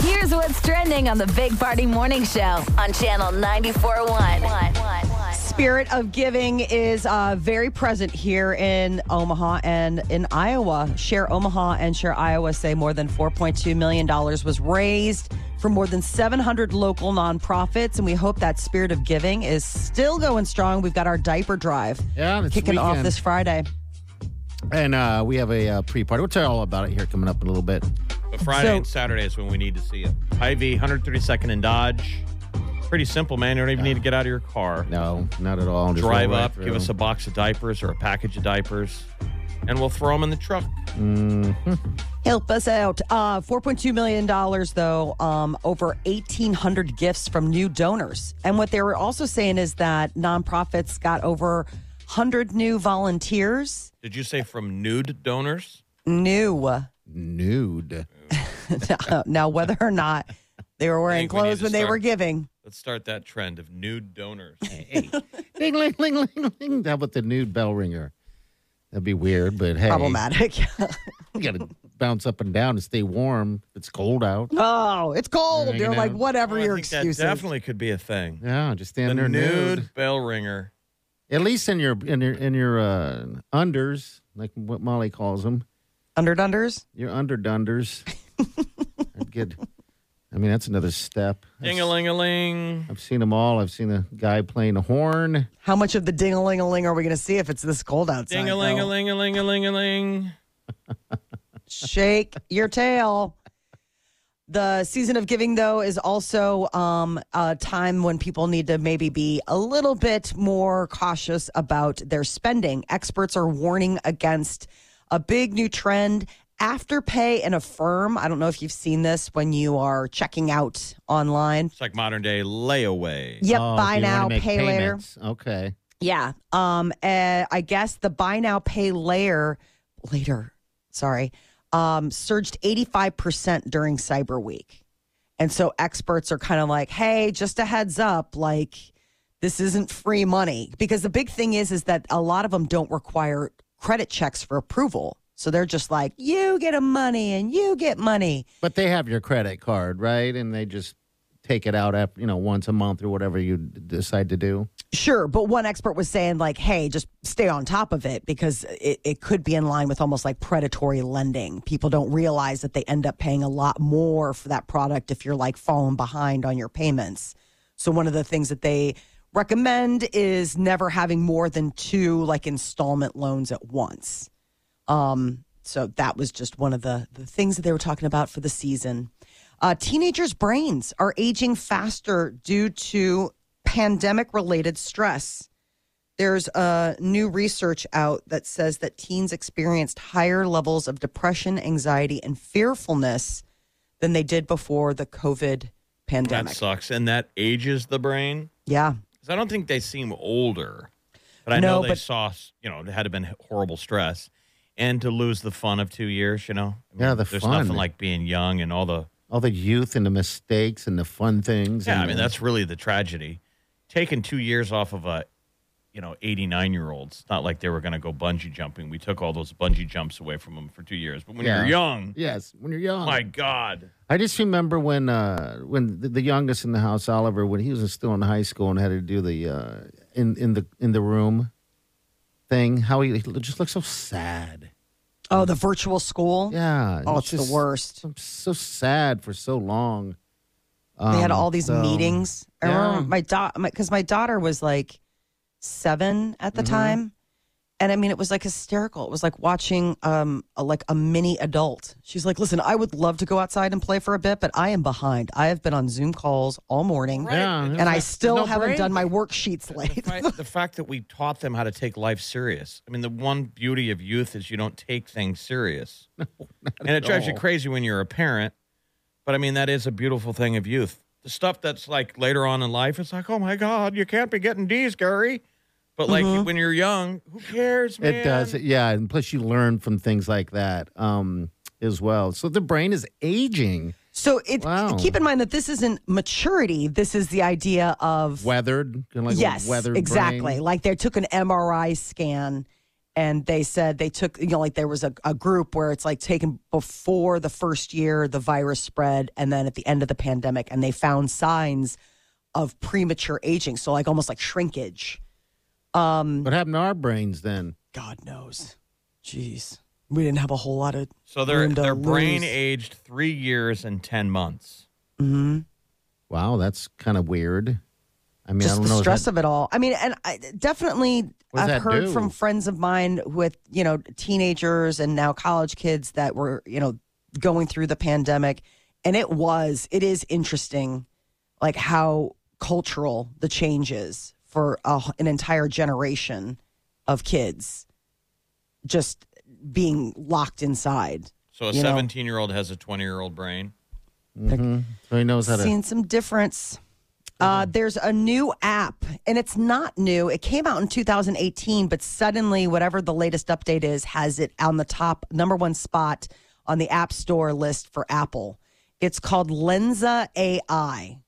Here's what's trending on the Big Party Morning Show on Channel 94.1. Spirit of giving is uh, very present here in Omaha and in Iowa. Share Omaha and Share Iowa say more than $4.2 million was raised for more than 700 local nonprofits. And we hope that spirit of giving is still going strong. We've got our diaper drive Yeah, it's kicking off weekend. this Friday. And uh, we have a uh, pre-party. We'll tell you all about it here coming up in a little bit. But Friday So- and Saturday is when we need to see it. Hy-Vee, 132nd and Dodge. Pretty simple, man. You don't even need to get out of your car. No, not at all. Just Drive roll right up, give through. us a box of diapers or a package of diapers, and we'll throw them in the truck. Help us out. Uh, $4.2 million, though, um, over 1,800 gifts from new donors. And what they were also saying is that nonprofits got over 100 new volunteers. Did you say from nude donors? New. nude. now, whether or not they were wearing think we need clothes to when they were start- giving, Let's start that trend of nude donors. ding, ling, ling, ling, ling. That with the nude bell ringer. That'd be weird, but hey, problematic. you got to bounce up and down to stay warm. It's cold out. oh, it's cold. You You're like, know. whatever I your think excuse that is. definitely could be a thing. Yeah, just The stand there nude, nude. bell ringer. At least in your in your in your uh, unders, like what Molly calls them, Underdunders? your underdunders. I'd get. I mean, that's another step. Ding a ling a ling. I've seen them all. I've seen a guy playing a horn. How much of the ding-a-ling-a-ling are we going to see if it's this cold outside? Ding a ling a ling a ling a ling a ling. shake your tail. The season of giving, though, is also um, a time when people need to maybe be a little bit more cautious about their spending. Experts are warning against a big new trend. Afterpay and Affirm. I don't know if you've seen this when you are checking out online. It's like modern day layaway. Yep, Oh, if buy you now, wanna pay make later. payments. Okay. Yeah. Um. Uh, I guess the buy now pay later, later. Sorry. Um. Surged eighty five percent during Cyber Week, and so experts are kind of like, hey, just a heads up, like this isn't free money because the big thing is is that a lot of them don't require credit checks for approval. So they're just like, you get a money and you get money. But they have your credit card, right? And they just take it out after, you know, once a month or whatever you d- decide to do. Sure, but one expert was saying like, "Hey, just stay on top of it because it, it could be in line with almost like predatory lending. People don't realize that they end up paying a lot more for that product if you're like falling behind on your payments." So one of the things that they recommend is never having more than two like installment loans at once. Um, so that was just one of the, the things that they were talking about for the season. Uh, teenagers' brains are aging faster due to pandemic related stress. There's a new research out that says that teens experienced higher levels of depression, anxiety, and fearfulness than they did before the COVID That pandemic. sucks. And that ages the brain. yeah. 'Cause I don't think they seem older, but I No, know they but- saw, you know, it had to been horrible stress, and to lose the fun of two years, you know. I Yeah, the there's fun. nothing like being young and all the. All the youth and the mistakes and the fun things. Yeah, and I mean the- that's really the tragedy. Taking two years off of a, you know, 89 year olds. It's not like they were going to go bungee jumping. We took all those bungee jumps away from them for two years. But when Yeah. you're young, Yes, when you're young. my God, I just remember when uh, when the, the youngest in the house, Oliver, when he was still in high school and had to do the uh, in in the in the room thing, how he, he just looked so sad. Oh, the virtual school. Yeah. Oh, it's just the worst. So, so sad for so long. they had Um, all these so- meetings. I Yeah. remember my daughter, because my, daughter was like seven at the Mm-hmm. time, and I mean it was like hysterical. It was like watching um a, like a mini adult. She's like, "Listen, I would love to go outside and play for a bit, but I am behind. I have been on Zoom calls all morning, Yeah, and I still no haven't break. done my worksheets the, late." fact, the fact that we taught them how to take life serious. I mean, the one beauty of youth is you don't take things serious. and it drives you all. crazy when you're a parent. But I mean, that is a beautiful thing of youth. the stuff that's like later on in life, it's like, oh my God, you can't be getting D's, Gary. But like Mm-hmm. when you're young, who cares, man? It does, yeah. And plus, you learn from things like that um, as well. So the brain is aging, So it, Wow. keep in mind that this isn't maturity. This is the idea of weathered, kind of like a yes, weathered brain. exactly. Like they took an MRI scan, and they said they took you know like there was a, a group where it's like taken before the first year the virus spread, and then at the end of the pandemic, and they found signs of premature aging. So like almost like shrinkage. What happened to our brains then? God knows. Jeez, we didn't have a whole lot of So their room to their brain lose. aged three years and ten months. Mm-hmm. Wow, that's kind of weird. I mean, I just don't the know. stress of it all. I mean, and I definitely What does I've that heard do? from friends of mine with, you know, teenagers and now college kids that were, you know, going through the pandemic. And it was, it is interesting, like how cultural the change is for a, an entire generation of kids just being locked inside. So a You know. seventeen year old has a twenty year old brain. so he knows how to. Uh-huh. Seeing some difference. Uh, there's a new app, and it's not new. It came out in 2018, but suddenly, whatever the latest update is, has it on the top number one spot on the App Store list for Apple. It's called Lenza AI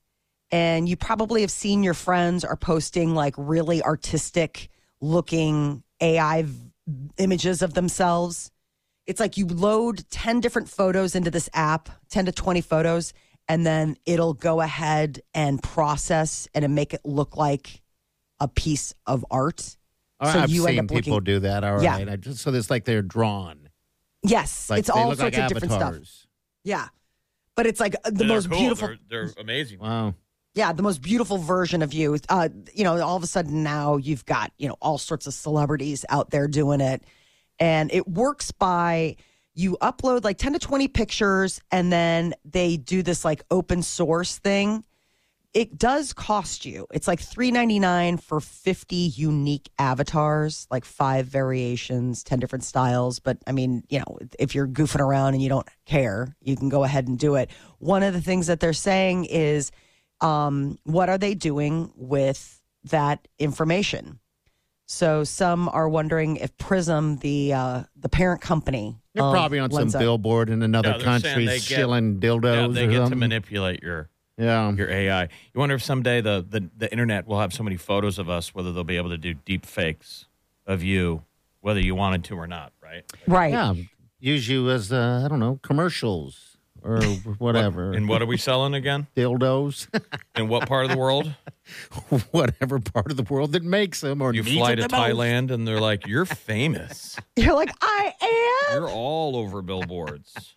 and you probably have seen your friends are posting like really artistic looking AI v- images of themselves. It's like you load 10 different photos into this app, 10 to 20 photos, and then it'll go ahead and process and it'll make it look like a piece of art. All right, so I've you seen end up people looking- do that. All right, Yeah. I just, so it's like they're drawn. Yes, Like it's they all look sorts like of different stuff. avatars. Yeah. But it's like uh, the They're most cool. beautiful They're, they're amazing. Wow. yeah, the most beautiful version of you. Uh, you know, all of a sudden now you've got you know all sorts of celebrities out there doing it, and it works by you upload like ten to twenty pictures, and then they do this like open source thing. It does cost you. It's like three ninety nine for fifty unique avatars, like five variations, ten different styles. But I mean, you know, if you're goofing around and you don't care, you can go ahead and do it. One of the things that they're saying is um, what are they doing with that information? So some are wondering if Prism, the uh, the parent company, um, You're of probably on some Lenza- billboard in another Yeah, they're saying country they get- shilling dildos Yeah, they or get to something. manipulate your yeah. your AI. You wonder if someday the, the the internet will have so many photos of us, whether they'll be able to do deep fakes of you, whether you wanted to or not, right? right? Yeah. Use you as, uh, I don't know, commercials or whatever. And what are we selling again? dildos, In what part of the world? whatever part of the world that makes them or You needs fly them to the most. Thailand and they're like, You're famous. You're like, I am. You're all over billboards.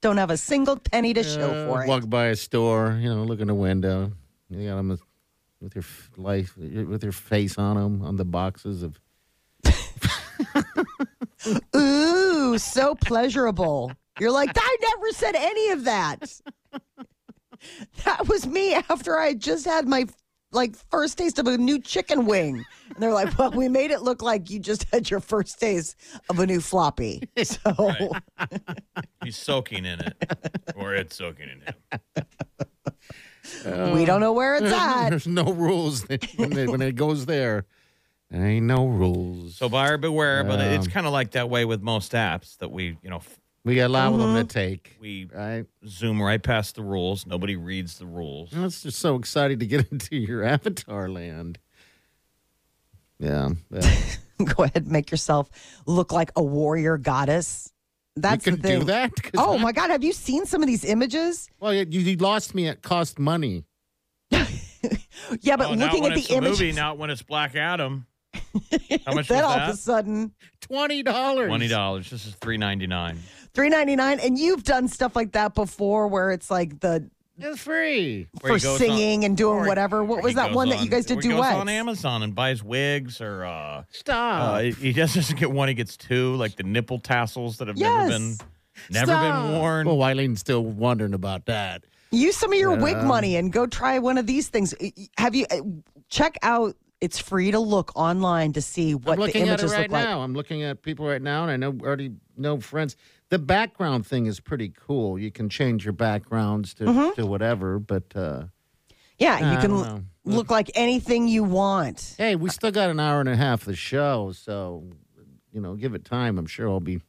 Don't have a single penny to show Uh, for it. Walk by a store, you know, look in the window. You got them with, with your f- life, with your face on them, on the boxes of. Ooh, so pleasurable. You're like, I never said any of that. That was me after I just had my like first taste of a new chicken wing. And they're like, Well, we made it look like you just had your first taste of a new floppy. So He's soaking in it. Or it's soaking in him. we don't know where it's at. There's no rules when it, when it goes there. There ain't no rules. So buyer beware, but it's Yeah. kind of like that way with most apps that we, you know, f- we allow Mm-hmm. them to take. we Right? zoom right past the rules. Nobody reads the rules. That's just so exciting to get into your avatar land. Yeah. yeah. Go ahead and make yourself look like a warrior goddess. That's you the can thing. do that. 'Cause Oh I- my god, have you seen some of these images? Well, you, you lost me. It cost money. Yeah, but Oh, not looking when at the it's a images, movie, not when it's Black Adam. How much was then all of a that? sudden Twenty dollars. Twenty dollars. This is three ninety nine. three ninety nine, and you've done stuff like that before, where it's like the It's free. Where for he goes singing and doing or- whatever. What Or was he that goes one that you on- guys did or he do? goes on Amazon and buys wigs or uh, Oh. uh, Stop. he he just doesn't get one, he gets two, like the nipple tassels that have never been Yes. Oh. never been worn. Well, Wileen's Oh, still wondering about that. Use some of your wig money and go try one of these things. Have you uh, check out? It's free to look online to see what I'm the looking at it images right look like. now. I'm looking at people right now, and I know already know friends. the background thing is pretty cool. You can change your backgrounds to, Mm-hmm. to whatever, but uh, Yeah, you I can don't l- know. look like anything you want. hey, we still got an hour and a half of the show, so you know, give it time. I'm sure I'll be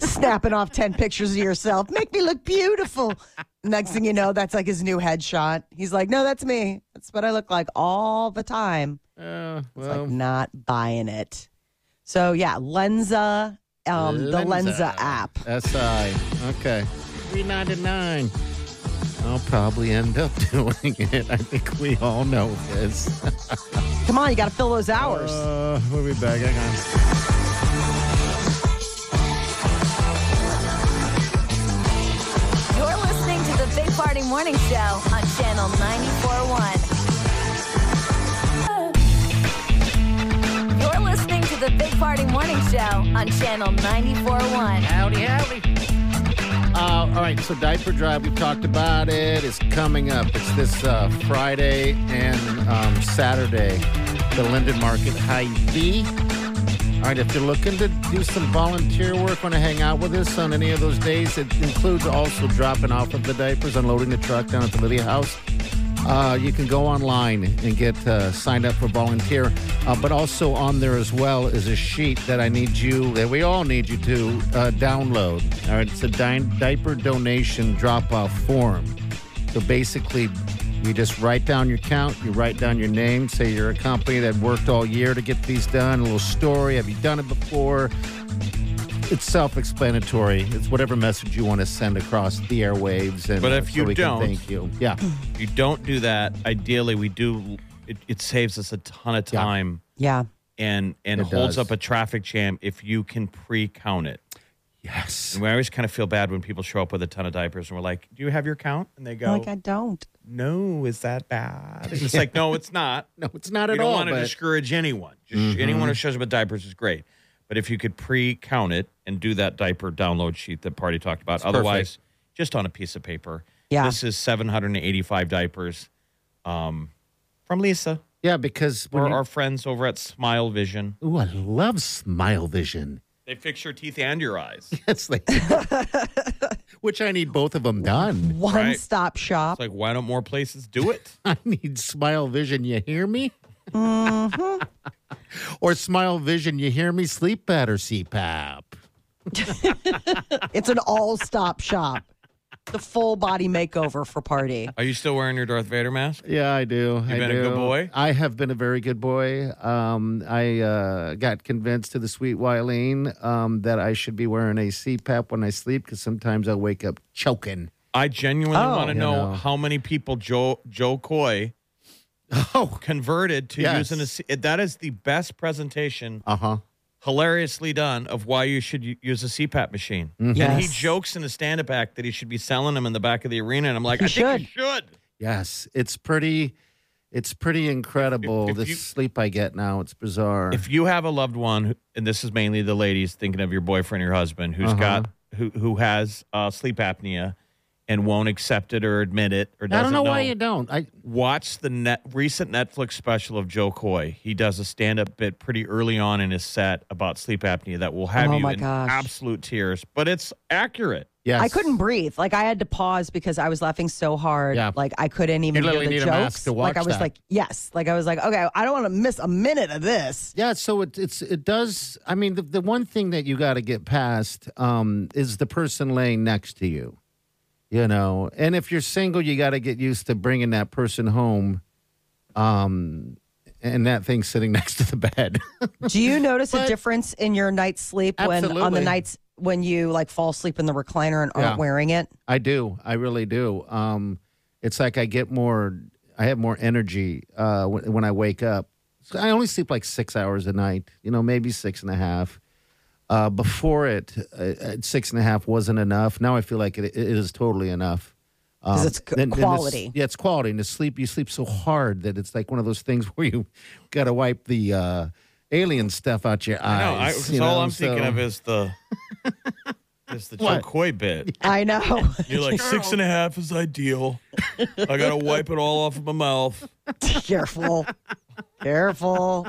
Snapping off 10 pictures of yourself. Make me look beautiful. Next thing you know, that's like his new headshot. He's like, no, that's me. That's what I look like all the time. uh, It's well. like not buying it. So, yeah, Lenza, um, the Lenza app. SI. Okay. 399. I'll probably end up doing it. I think we all know this. Come on, you got to fill those hours. Uh, we'll be back. Hang on. You're listening to the Big Party Morning Show on Channel 941. You're listening to the Big Party Morning Show on Channel 941. Howdy, howdy. Uh, all right, so diaper drive, we've talked about it. It's coming up. It's this uh, Friday and um, Saturday, the Linden Market High V. All right, if you're looking to do some volunteer work, want to hang out with us on any of those days, it includes also dropping off of the diapers, unloading the truck down at the Lydia House. Uh, you can go online and get uh, signed up for volunteer. Uh, but also on there as well is a sheet that I need you, that we all need you to uh, download. All right, it's a di- diaper donation drop off form. So basically, you just write down your count, you write down your name, say you're a company that worked all year to get these done, a little story. Have you done it before? It's self-explanatory. It's whatever message you want to send across the airwaves, and But uh, if so you we can don't- thank you. Yeah, If you don't do that, ideally we do. It, it saves us a ton of Yeah. time Yeah. and and It holds does. up a traffic jam if you can pre-count it. yes. And we always kind of feel bad when people show up with a ton of diapers and we're like, "Do you have your count?" And they go, Like, I don't. "No, is that bad?" And it's like, "No, it's not." No, it's not you at don't all. want to but- Mm-hmm. discourage anyone. Just anyone who shows up with diapers is great. But if you could pre-count it and do that diaper download sheet that Party talked about, perfect. otherwise, just on a piece of paper. Yeah. this is 785 diapers um, from Lisa yeah, because or when you- our friends over at Smile Vision. ooh, I love Smile Vision. They fix your teeth and your eyes. It's That's like, which I need both of them done. One Right. stop shop. like, why don't more places do it? I need Smile Vision. You hear me? Mm-hmm. or Smile Vision. You hear me? Sleep better, CPAP. It's an all stop shop. The full body makeover for party. Are you still wearing your Darth Vader mask? Yeah, I do. You I been a do. good boy? I have been a very good boy. Um, I uh, got convinced to the sweet Wileen um, that I should be wearing a CPAP when I sleep because sometimes I wake up choking. I genuinely Oh. want to You know, know. how many people Joe Joe Coy Oh, converted to Yes. using a. C- That is the best presentation, uh huh. hilariously done, of why you should u- use a CPAP machine. Mm-hmm. And he Yes. jokes in a stand-up act that he should be selling them in the back of the arena, and I'm like, He I think you should. Yes, it's pretty. It's pretty incredible If- if the you- sleep I get now. It's bizarre. If you have a loved one, who- and this is mainly the ladies thinking of your boyfriend, your husband, who's Uh-huh. got who who has uh, sleep apnea and won't accept it or admit it or doesn't I don't know, why you don't. I watch the net recent Netflix special of Joe Coy. He does a stand up bit pretty early on in his set about sleep apnea that will have Oh you my in gosh. absolute tears, but it's accurate. yes. I couldn't breathe. Like I had to pause because I was laughing so hard. Yeah. Like I couldn't even hear literally the need a jokes. mask to like I watch was that. like, yes. Like I was like, okay, I don't want to miss a minute of this. Yeah, so it, it's it does. I mean, the, the one thing that you got to get past um, is the person laying next to you, you know. And if you're single, you got to get used to bringing that person home, um, and that thing sitting next to the bed. Do you notice a difference in your night's sleep when on the Absolutely. nights when you like fall asleep in the recliner and aren't Yeah. wearing it? I do, I really do. Um, it's like I get more, I have more energy uh, when, when I wake up. So I only sleep like six hours a night, you know, maybe six and a half. uh, before it, uh, at six and a half wasn't enough. Now I feel like it, it is totally enough. 'Cause it's c- the s- quality. yeah, it's quality. And to sleep, you sleep so hard that it's like one of those things where you got to wipe the uh, alien stuff out your eyes. No, I, 'cause you all know, I'm thinking so- of is the is the Joe What? Coy bit. I know. You're like six and a half is ideal. I gotta wipe it all off of my mouth. Careful. Careful.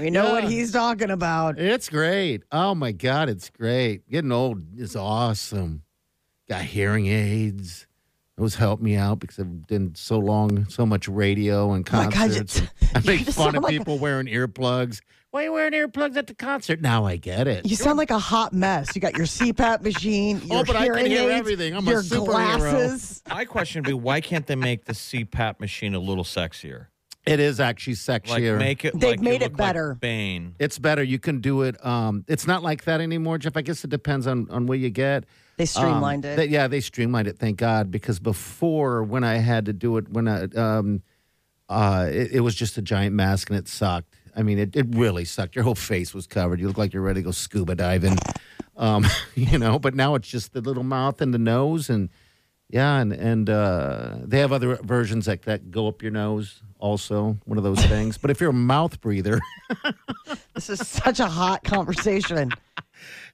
We know what Yeah. he's talking about. It's great. Oh my God, it's great. Getting old is awesome. Got hearing aids. Those helped me out because I've done so long, so much radio and Oh my God, you- concerts. I you make just fun sound of like a- people wearing earplugs. Why are you wearing earplugs at the concert? Now I get it. You sound like a hot mess. You got your CPAP machine, your Oh, but I can hearing hear aids, everything. I'm a your superhero. glasses. My question would be why can't they make the CPAP machine a little sexier? it is actually sexier. Like make it They've like made it look like better. Bane. it's better. You can do it. Um, it's not like that anymore, Jeff. I guess it depends on on where you get. They streamlined Um, it. they- yeah, they streamlined it. Thank God, because before when I had to do it, when I um, uh, it, it was just a giant mask and it sucked. I mean, it, it really sucked. Your whole face was covered. You look like you're ready to go scuba diving, um, you know. But now it's just the little mouth and the nose, and yeah, and and uh, they have other versions that that go up your nose also. One of those things. but if you're a mouth breather. This is such a hot conversation.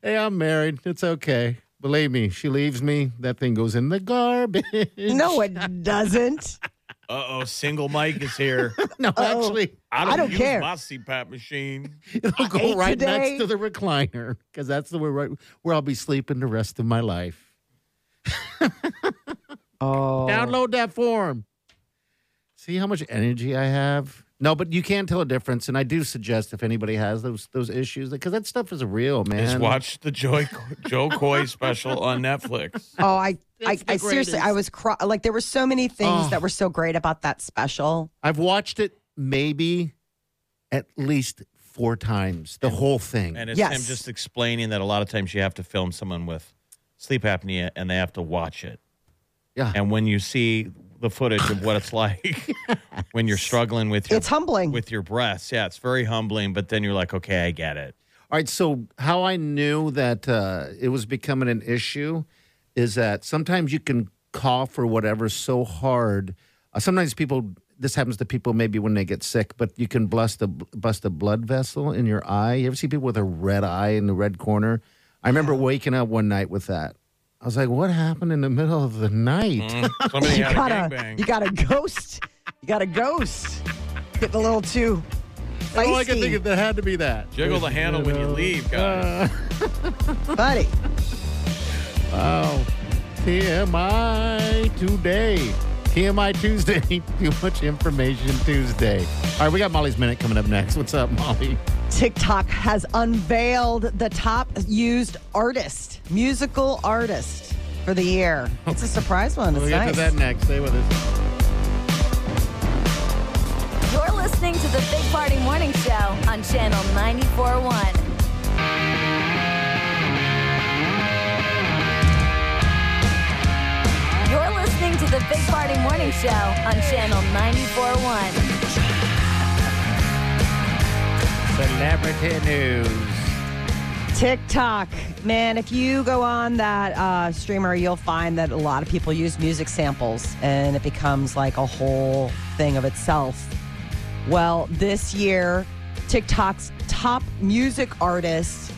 hey, I'm married. It's okay. Believe me, she leaves me. That thing goes in the garbage. No, it doesn't. Uh oh, single Mike is here. no, Oh, actually, I don't, I don't use care. my CPAP machine. it'll ate go right today. next to the recliner because that's the way right where I'll be sleeping the rest of my life. Oh, Download that form. See how much energy I have. No, but you can tell a difference, and I do suggest if anybody has those those issues, because that stuff is real, man. Just watch the Joy, Joe Coy special on Netflix. Oh, I, I, It's the I seriously, I greatest. was cry- like, there were so many things Oh. that were so great about that special. I've watched it maybe at least four times, the whole thing. And it's Yes. him just explaining that a lot of times you have to film someone with sleep apnea and they have to watch it. Yeah. And when you see the footage of what it's like when you're struggling with your It's humbling. with your breaths, yeah, it's very humbling. But then you're like, okay, I get it. All right. So how I knew that uh, it was becoming an issue is that sometimes you can cough or whatever so hard. Uh, sometimes people. This happens to people maybe when they get sick, but you can bust a bust a blood vessel in your eye. You ever see people with a red eye in the red corner? I remember waking up one night with that. I was like, "What happened in the middle of the night?" Somebody you had got a a, gangbang. you got a ghost. You got a ghost. Getting a little too. All I can feisty, think of that had to be that. Jiggle the handle when you leave, guys. buddy. Oh, TMI today. TMI Tuesday. Too much information Tuesday. All right, we got Molly's Minute coming up next. What's up, Molly? TikTok has unveiled the top used artist, musical artist for the year. It's a surprise one. It's We'll get nice. to that next. Stay with us. You're listening to the Big Party Morning Show on Channel 94.1. You're listening to the Big Party Morning Show on Channel 94.1. Celebrity news. TikTok. Man, if you go on that uh, streamer, you'll find that a lot of people use music samples and it becomes like a whole thing of itself. Well, this year, TikTok's top music artist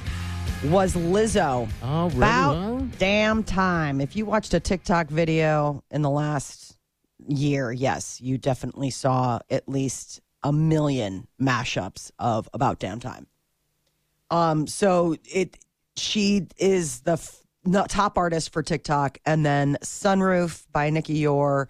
was Lizzo. Oh, really? About Well, damn time. If you watched a TikTok video in the last year, yes, you definitely saw at least a million mashups of About Damn Time. Um, so it she is the f- no- top artist for TikTok, and then Sunroof by Nicki Yor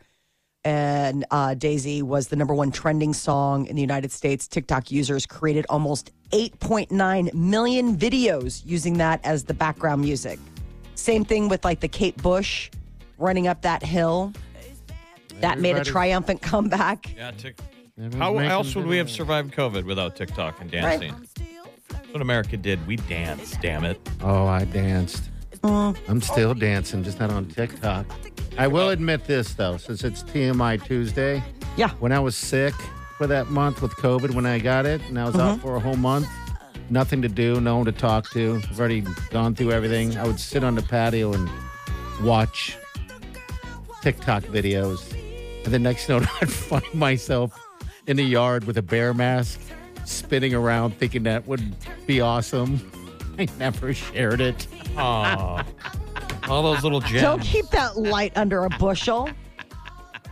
and uh, Daisy was the number one trending song in the United States. TikTok users created almost 8.9 million videos using that as the background music. Same thing with like the Kate Bush running up that hill. That made a Everybody- triumphant comeback. Yeah, tick. Everyone's How making else would we have videos. survived COVID without TikTok and dancing? That's What America did, we danced. Damn it! Oh, I danced. I'm still dancing, just not on TikTok. I will admit this, though, since it's TMI Tuesday. Yeah. When I was sick for that month with COVID, when I got it, and I was out for a whole month, nothing to do, no one to talk to. I've already gone through everything. I would sit on the patio and watch TikTok videos. And the next note, I'd find myself in the yard with a bear mask, spinning around, thinking that would be awesome. I never shared it. Aw. all those little gems. Don't keep that light under a bushel.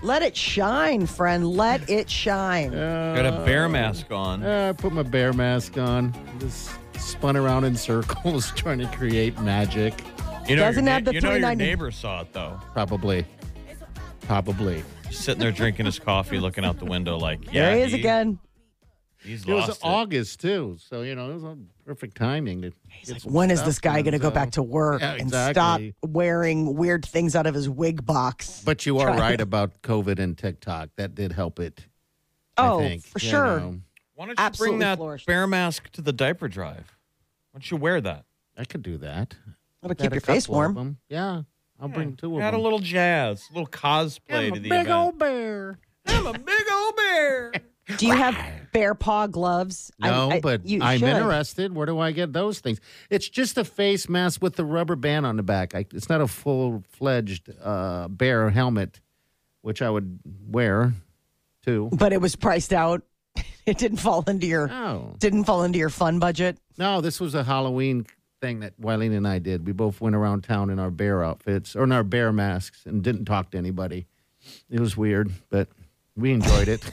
Let it shine, friend. Let it shine. Got a bear mask on. Uh, I put my bear mask on. Just spun around in circles trying to create magic. You know, Doesn't your, have na- the you know your 390. neighbor saw it though. Probably. Probably. Just sitting there drinking his coffee, looking out the window, like yeah, there he is again. He's It was lost it. August, too. So, you know, it was a perfect timing. To get some When is stuff this guy going to go done, so- back to work Yeah, and stop exactly. wearing weird things out of his wig box? But you are right about COVID and TikTok. That did help it. oh, I think, for you sure. know. Why don't you bring Absolutely that flourished. bear mask to the diaper drive? Why don't you wear that? I could do that. That'll Got keep a your face couple of warm. 'em. Yeah. I'll bring two of Add a them. little jazz, a little cosplay I'm to a the big event. old bear. I'm a big old bear. Do you have bear paw gloves? I- No, I, but you I'm should. interested. Where do I get those things? It's just a face mask with the rubber band on the back. I, it's not a full fledged uh, bear helmet, which I would wear too. But it was priced out. It didn't fall into your No, didn't fall into your fun budget. Oh. no, this was a Halloween thing that Wileen and I did. We both went around town in our bear outfits or in our bear masks and didn't talk to anybody. It was weird, but we enjoyed it.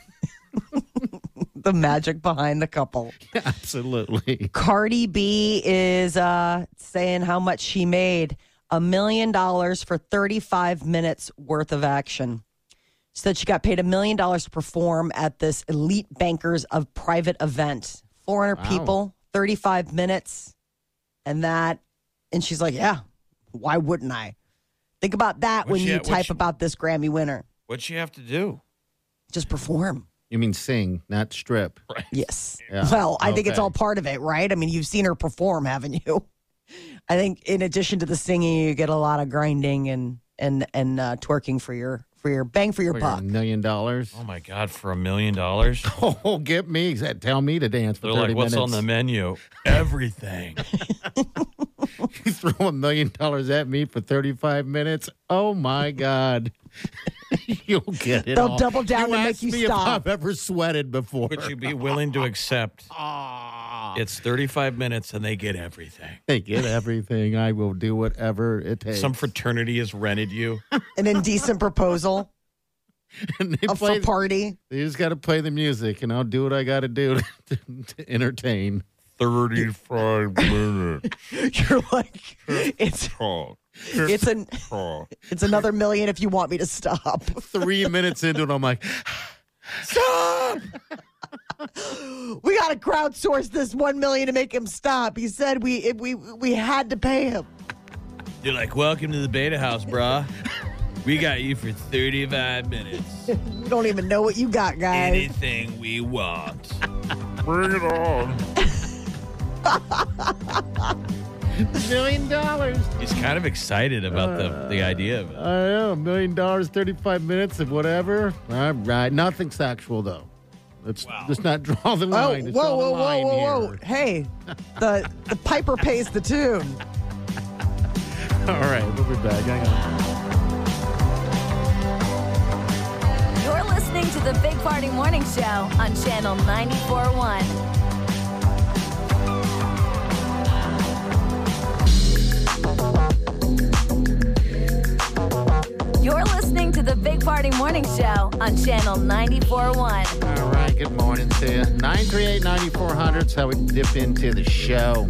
The magic behind the couple. Absolutely. Cardi B is uh, saying how much she made a million dollars for 35 minutes worth of action. She said she got paid a million dollars to perform at this elite bankers of private event. 400 Wow. people, 35 minutes, and that. And she's like, yeah, why wouldn't I? Think about that What's when she- you what's type she- about this Grammy winner. What'd you have to do? Just perform. You mean sing, not strip. Yes. Yeah. Well, I think it's Okay. all part of it, right? I mean, you've seen her perform, haven't you? I think in addition to the singing, you get a lot of grinding and and and uh, twerking for your for your bang for your For your buck. million dollars. Oh my God, for a million dollars? Oh, get me. Tell me to dance for They're 30 like, what's minutes. on the menu? Everything. You throw a million dollars at me for 35 minutes. Oh, my God. You'll get it They'll all. double down you and make asked you me stop. if I've ever sweated before. Would you be willing to accept? Ah. It's 35 minutes and they get everything. They get everything. I will do whatever it takes. Some fraternity has rented you. An indecent proposal And they, a play, for party. they just got to play the music, and I'll do what I got to do to, to entertain. 35 minutes. You're like, it's Talk, it's an talk. it's another million if you want me to stop. Three minutes into it, I'm like, Stop! We got to crowdsource this one million to make him stop. He said we if we we had to pay him. They're like, welcome to the beta house, brah. We got you for 35 minutes. We don't even know what you got, guys. Anything we want. million dollars. He's kind of excited about the, the idea of it. I know, a million dollars, 35 minutes of whatever. All right. Nothing sexual, though. Let's just not draw the Oh, line. Let's whoa, draw the whoa, whoa, line whoa, whoa. here. Hey, the the piper pays the tune. All right, we'll be back. Hang on. You're listening to the Big Party Morning Show on Channel 941. You're listening to the Big Party Morning Show on Channel 941. All right, good morning to you. 938 9400 is how we dip into the show.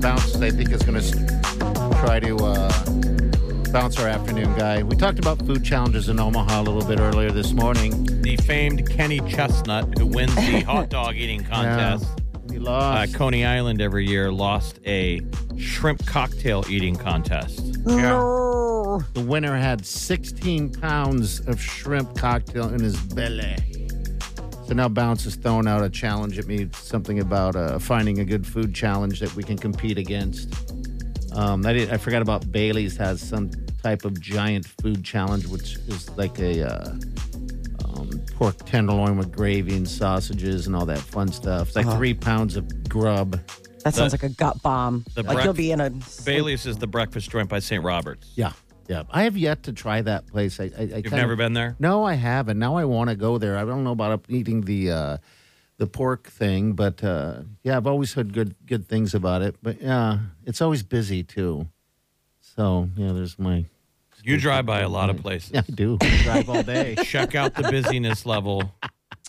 Bounce, I think, is going to try to uh, bounce our afternoon guy. We talked about food challenges in Omaha a little bit earlier this morning. The famed Kenny Chestnut, who wins the hot dog eating contest. Yeah, we uh, lost. Coney Island every year lost a shrimp cocktail eating contest. No. The winner had 16 pounds of shrimp cocktail in his belly. So now Bounce is throwing out a challenge at me, something about uh, finding a good food challenge that we can compete against. Um, I, did, I forgot about Bailey's has some type of giant food challenge, which is like a uh, um, pork tenderloin with gravy and sausages and all that fun stuff. It's like Uh-huh. three pounds of grub. That sounds like a gut bomb. the like breakf- you'll be in a Bailey's is the breakfast joint by St. Roberts. Yeah, yeah. I have yet to try that place. I, I, I You've kinda- never been there? No, I haven't. Now I want to go there. I don't know about eating the uh, the pork thing, but uh, yeah, I've always heard good good things about it. But yeah, it's always busy too. So yeah, there's my You drive by a lot of places. I do. I drive all day. Check out the busyness level.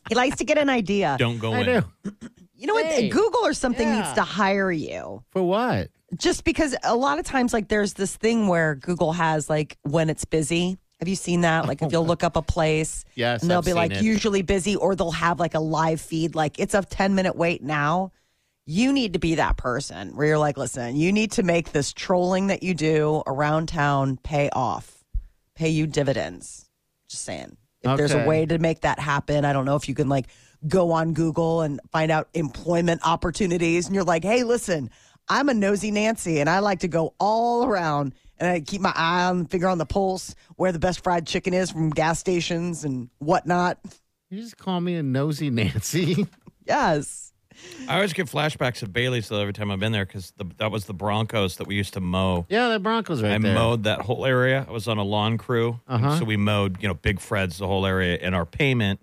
He likes to get an idea. Don't go I in. do. You know what? Hey. Google or something Yeah. needs to hire you. For what? Just because a lot of times, like, there's this thing where Google has, like, when it's busy. Have you seen that? Like, if you'll look up a place, Yes, and they'll I've be seen like, it. usually busy, or they'll have, like, a live feed, like, it's a 10 minute wait now. You need to be that person where you're like, listen, you need to make this trolling that you do around town pay off, pay you dividends. Just saying. If there's a Okay. way to make that happen, I don't know if you can like go on Google and find out employment opportunities and you're like, hey, listen, I'm a nosy Nancy and I like to go all around and I keep my eye on finger on the pulse where the best fried chicken is from gas stations and whatnot. You just call me a nosy Nancy. Yes. I always get flashbacks of Bailey's though every time I've been there because the, that was the Broncos that we used to mow. yeah, that Broncos right I there. Uh-huh. mowed that whole area. I was on a lawn crew, and so we mowed, you know, Big Fred's the whole area, and our payment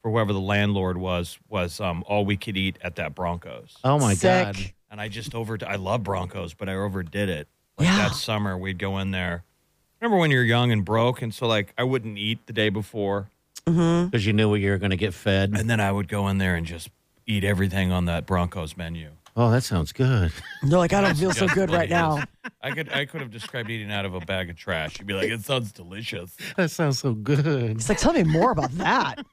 for whoever the landlord was was um, all we could eat at that Broncos. Oh my Sick. god. And I just over, I love Broncos, but I overdid it. Like Yeah. that summer, we'd go in there. Remember when you're young and broke, and so like I wouldn't eat the day before, Because you knew what you were going to get fed. and then I would go in there and just eat everything on that Broncos menu. Oh, that sounds good. And they're like, I don't feel so Just good what right it is. now. I could I could have described eating out of a bag of trash. You'd be like, it sounds delicious. that sounds so good. It's like, tell me more about that.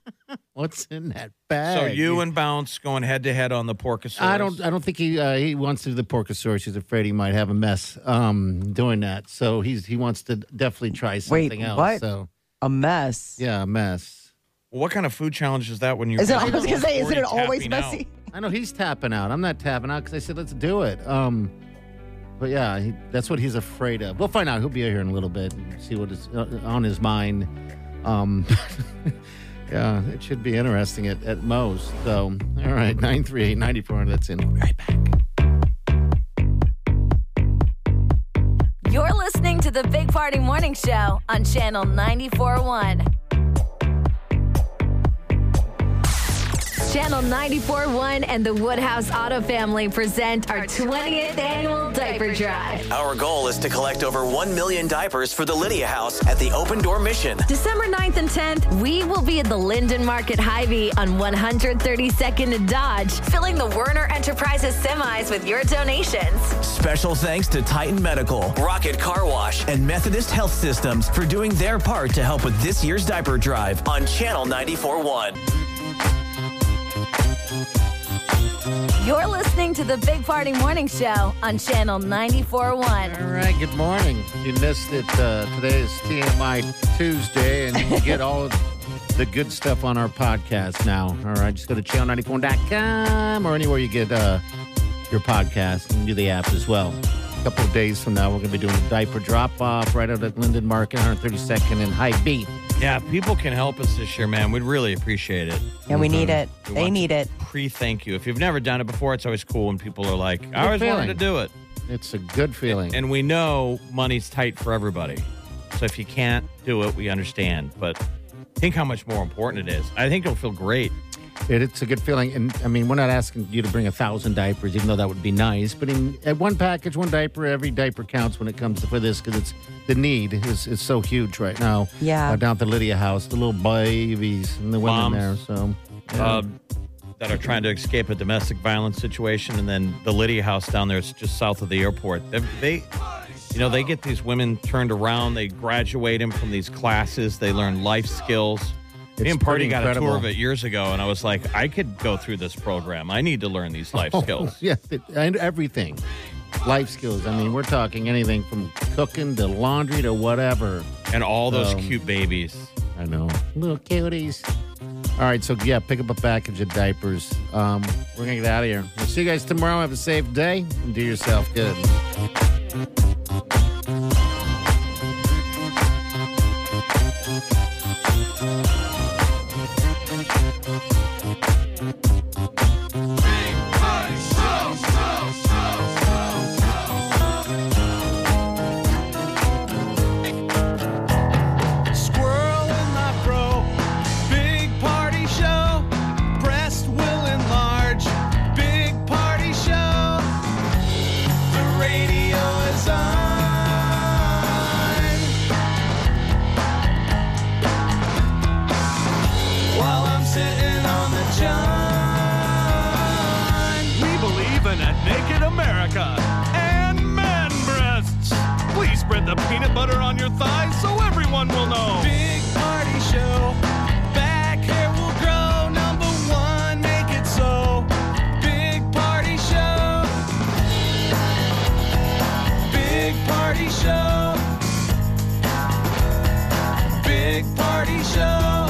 What's in that bag? So you and Bounce going head to head on the porcosaurus. I don't. I don't think he uh, he wants to do the porcosaurus. He's afraid he might have a mess um, doing that. So he's he wants to definitely try something else. what? So A mess. yeah, a mess. What kind of food challenge is that when you? Is it, I was gonna say, isn't it always messy? I know he's tapping out. I'm not tapping out because I said let's do it. Um, but yeah, he, that's what he's afraid of. We'll find out. He'll be here in a little bit. And see what is uh, on his mind. Um, yeah, it should be interesting at, at most. So all right, nine three eight ninety four. That's in. Right back. You're listening to the Big Party Morning Show on Channel 941. Channel 941 and the Woodhouse Auto Family present our 20th annual diaper drive. Our goal is to collect over 1 million diapers for the Lydia House at the Open Door Mission. December 9th and 10th, we will be at the Linden Market Hy-Vee on 132nd and Dodge, filling the Werner Enterprises semis with your donations. Special thanks to Titan Medical, Rocket Car Wash, and Methodist Health Systems for doing their part to help with this year's diaper drive on Channel 94.1. You're listening to the Big Party Morning Show on Channel 941. All right, good morning. You missed it. Uh, today is TMI Tuesday, and you can get all the good stuff on our podcast now. All right, just go to channel94.com or anywhere you get uh, your podcast and do the app as well. A couple of days from now, we're going to be doing a diaper drop off right out at Linden Market, 132nd and High B. Yeah, people can help us this year, man. We'd really appreciate it. Yeah, we need it. We They want- need it. Pre thank you. If you've never done it before, it's always cool when people are like, I always wanted feeling. to do it. It's a good feeling. And we know money's tight for everybody. So if you can't do it, we understand. But think how much more important it is. I think you'll feel great. It, it's a good feeling, and I mean, we're not asking you to bring a thousand diapers, even though that would be nice. But in at one package, one diaper, every diaper counts when it comes to for this because it's the need is, is so huge right now. Yeah. uh, down at the Lydia house, the little babies and the women Moms. there. So, um, that are trying to escape a domestic violence situation, and then the Lydia House down there, it's just south of the airport. They, they you know, they get these women turned around. They graduate them from these classes. They learn life skills. Me It's and Party pretty got a incredible. tour of it years ago, and I was like, I could go through this program. I need to learn these life skills. Oh, yeah, it- and everything, life skills. I mean, we're talking anything from cooking to laundry to whatever. And all those Um, cute babies. I know. Little cuties. All right, so yeah, pick up a package of diapers. Um, we're going to get out of here. We'll see you guys tomorrow. Have a safe day and do yourself good. Squirrel in my fro. Big party show. Breast will enlarge. Big party show. The radio is on. thigh so everyone will know. Big party show. Back hair will grow. Number one, make it so. Big party show. Big party show. Big party show.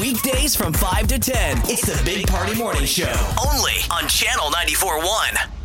Weekdays from 5 to 10. It's the Big Party Morning Show. Only on Channel 94.1.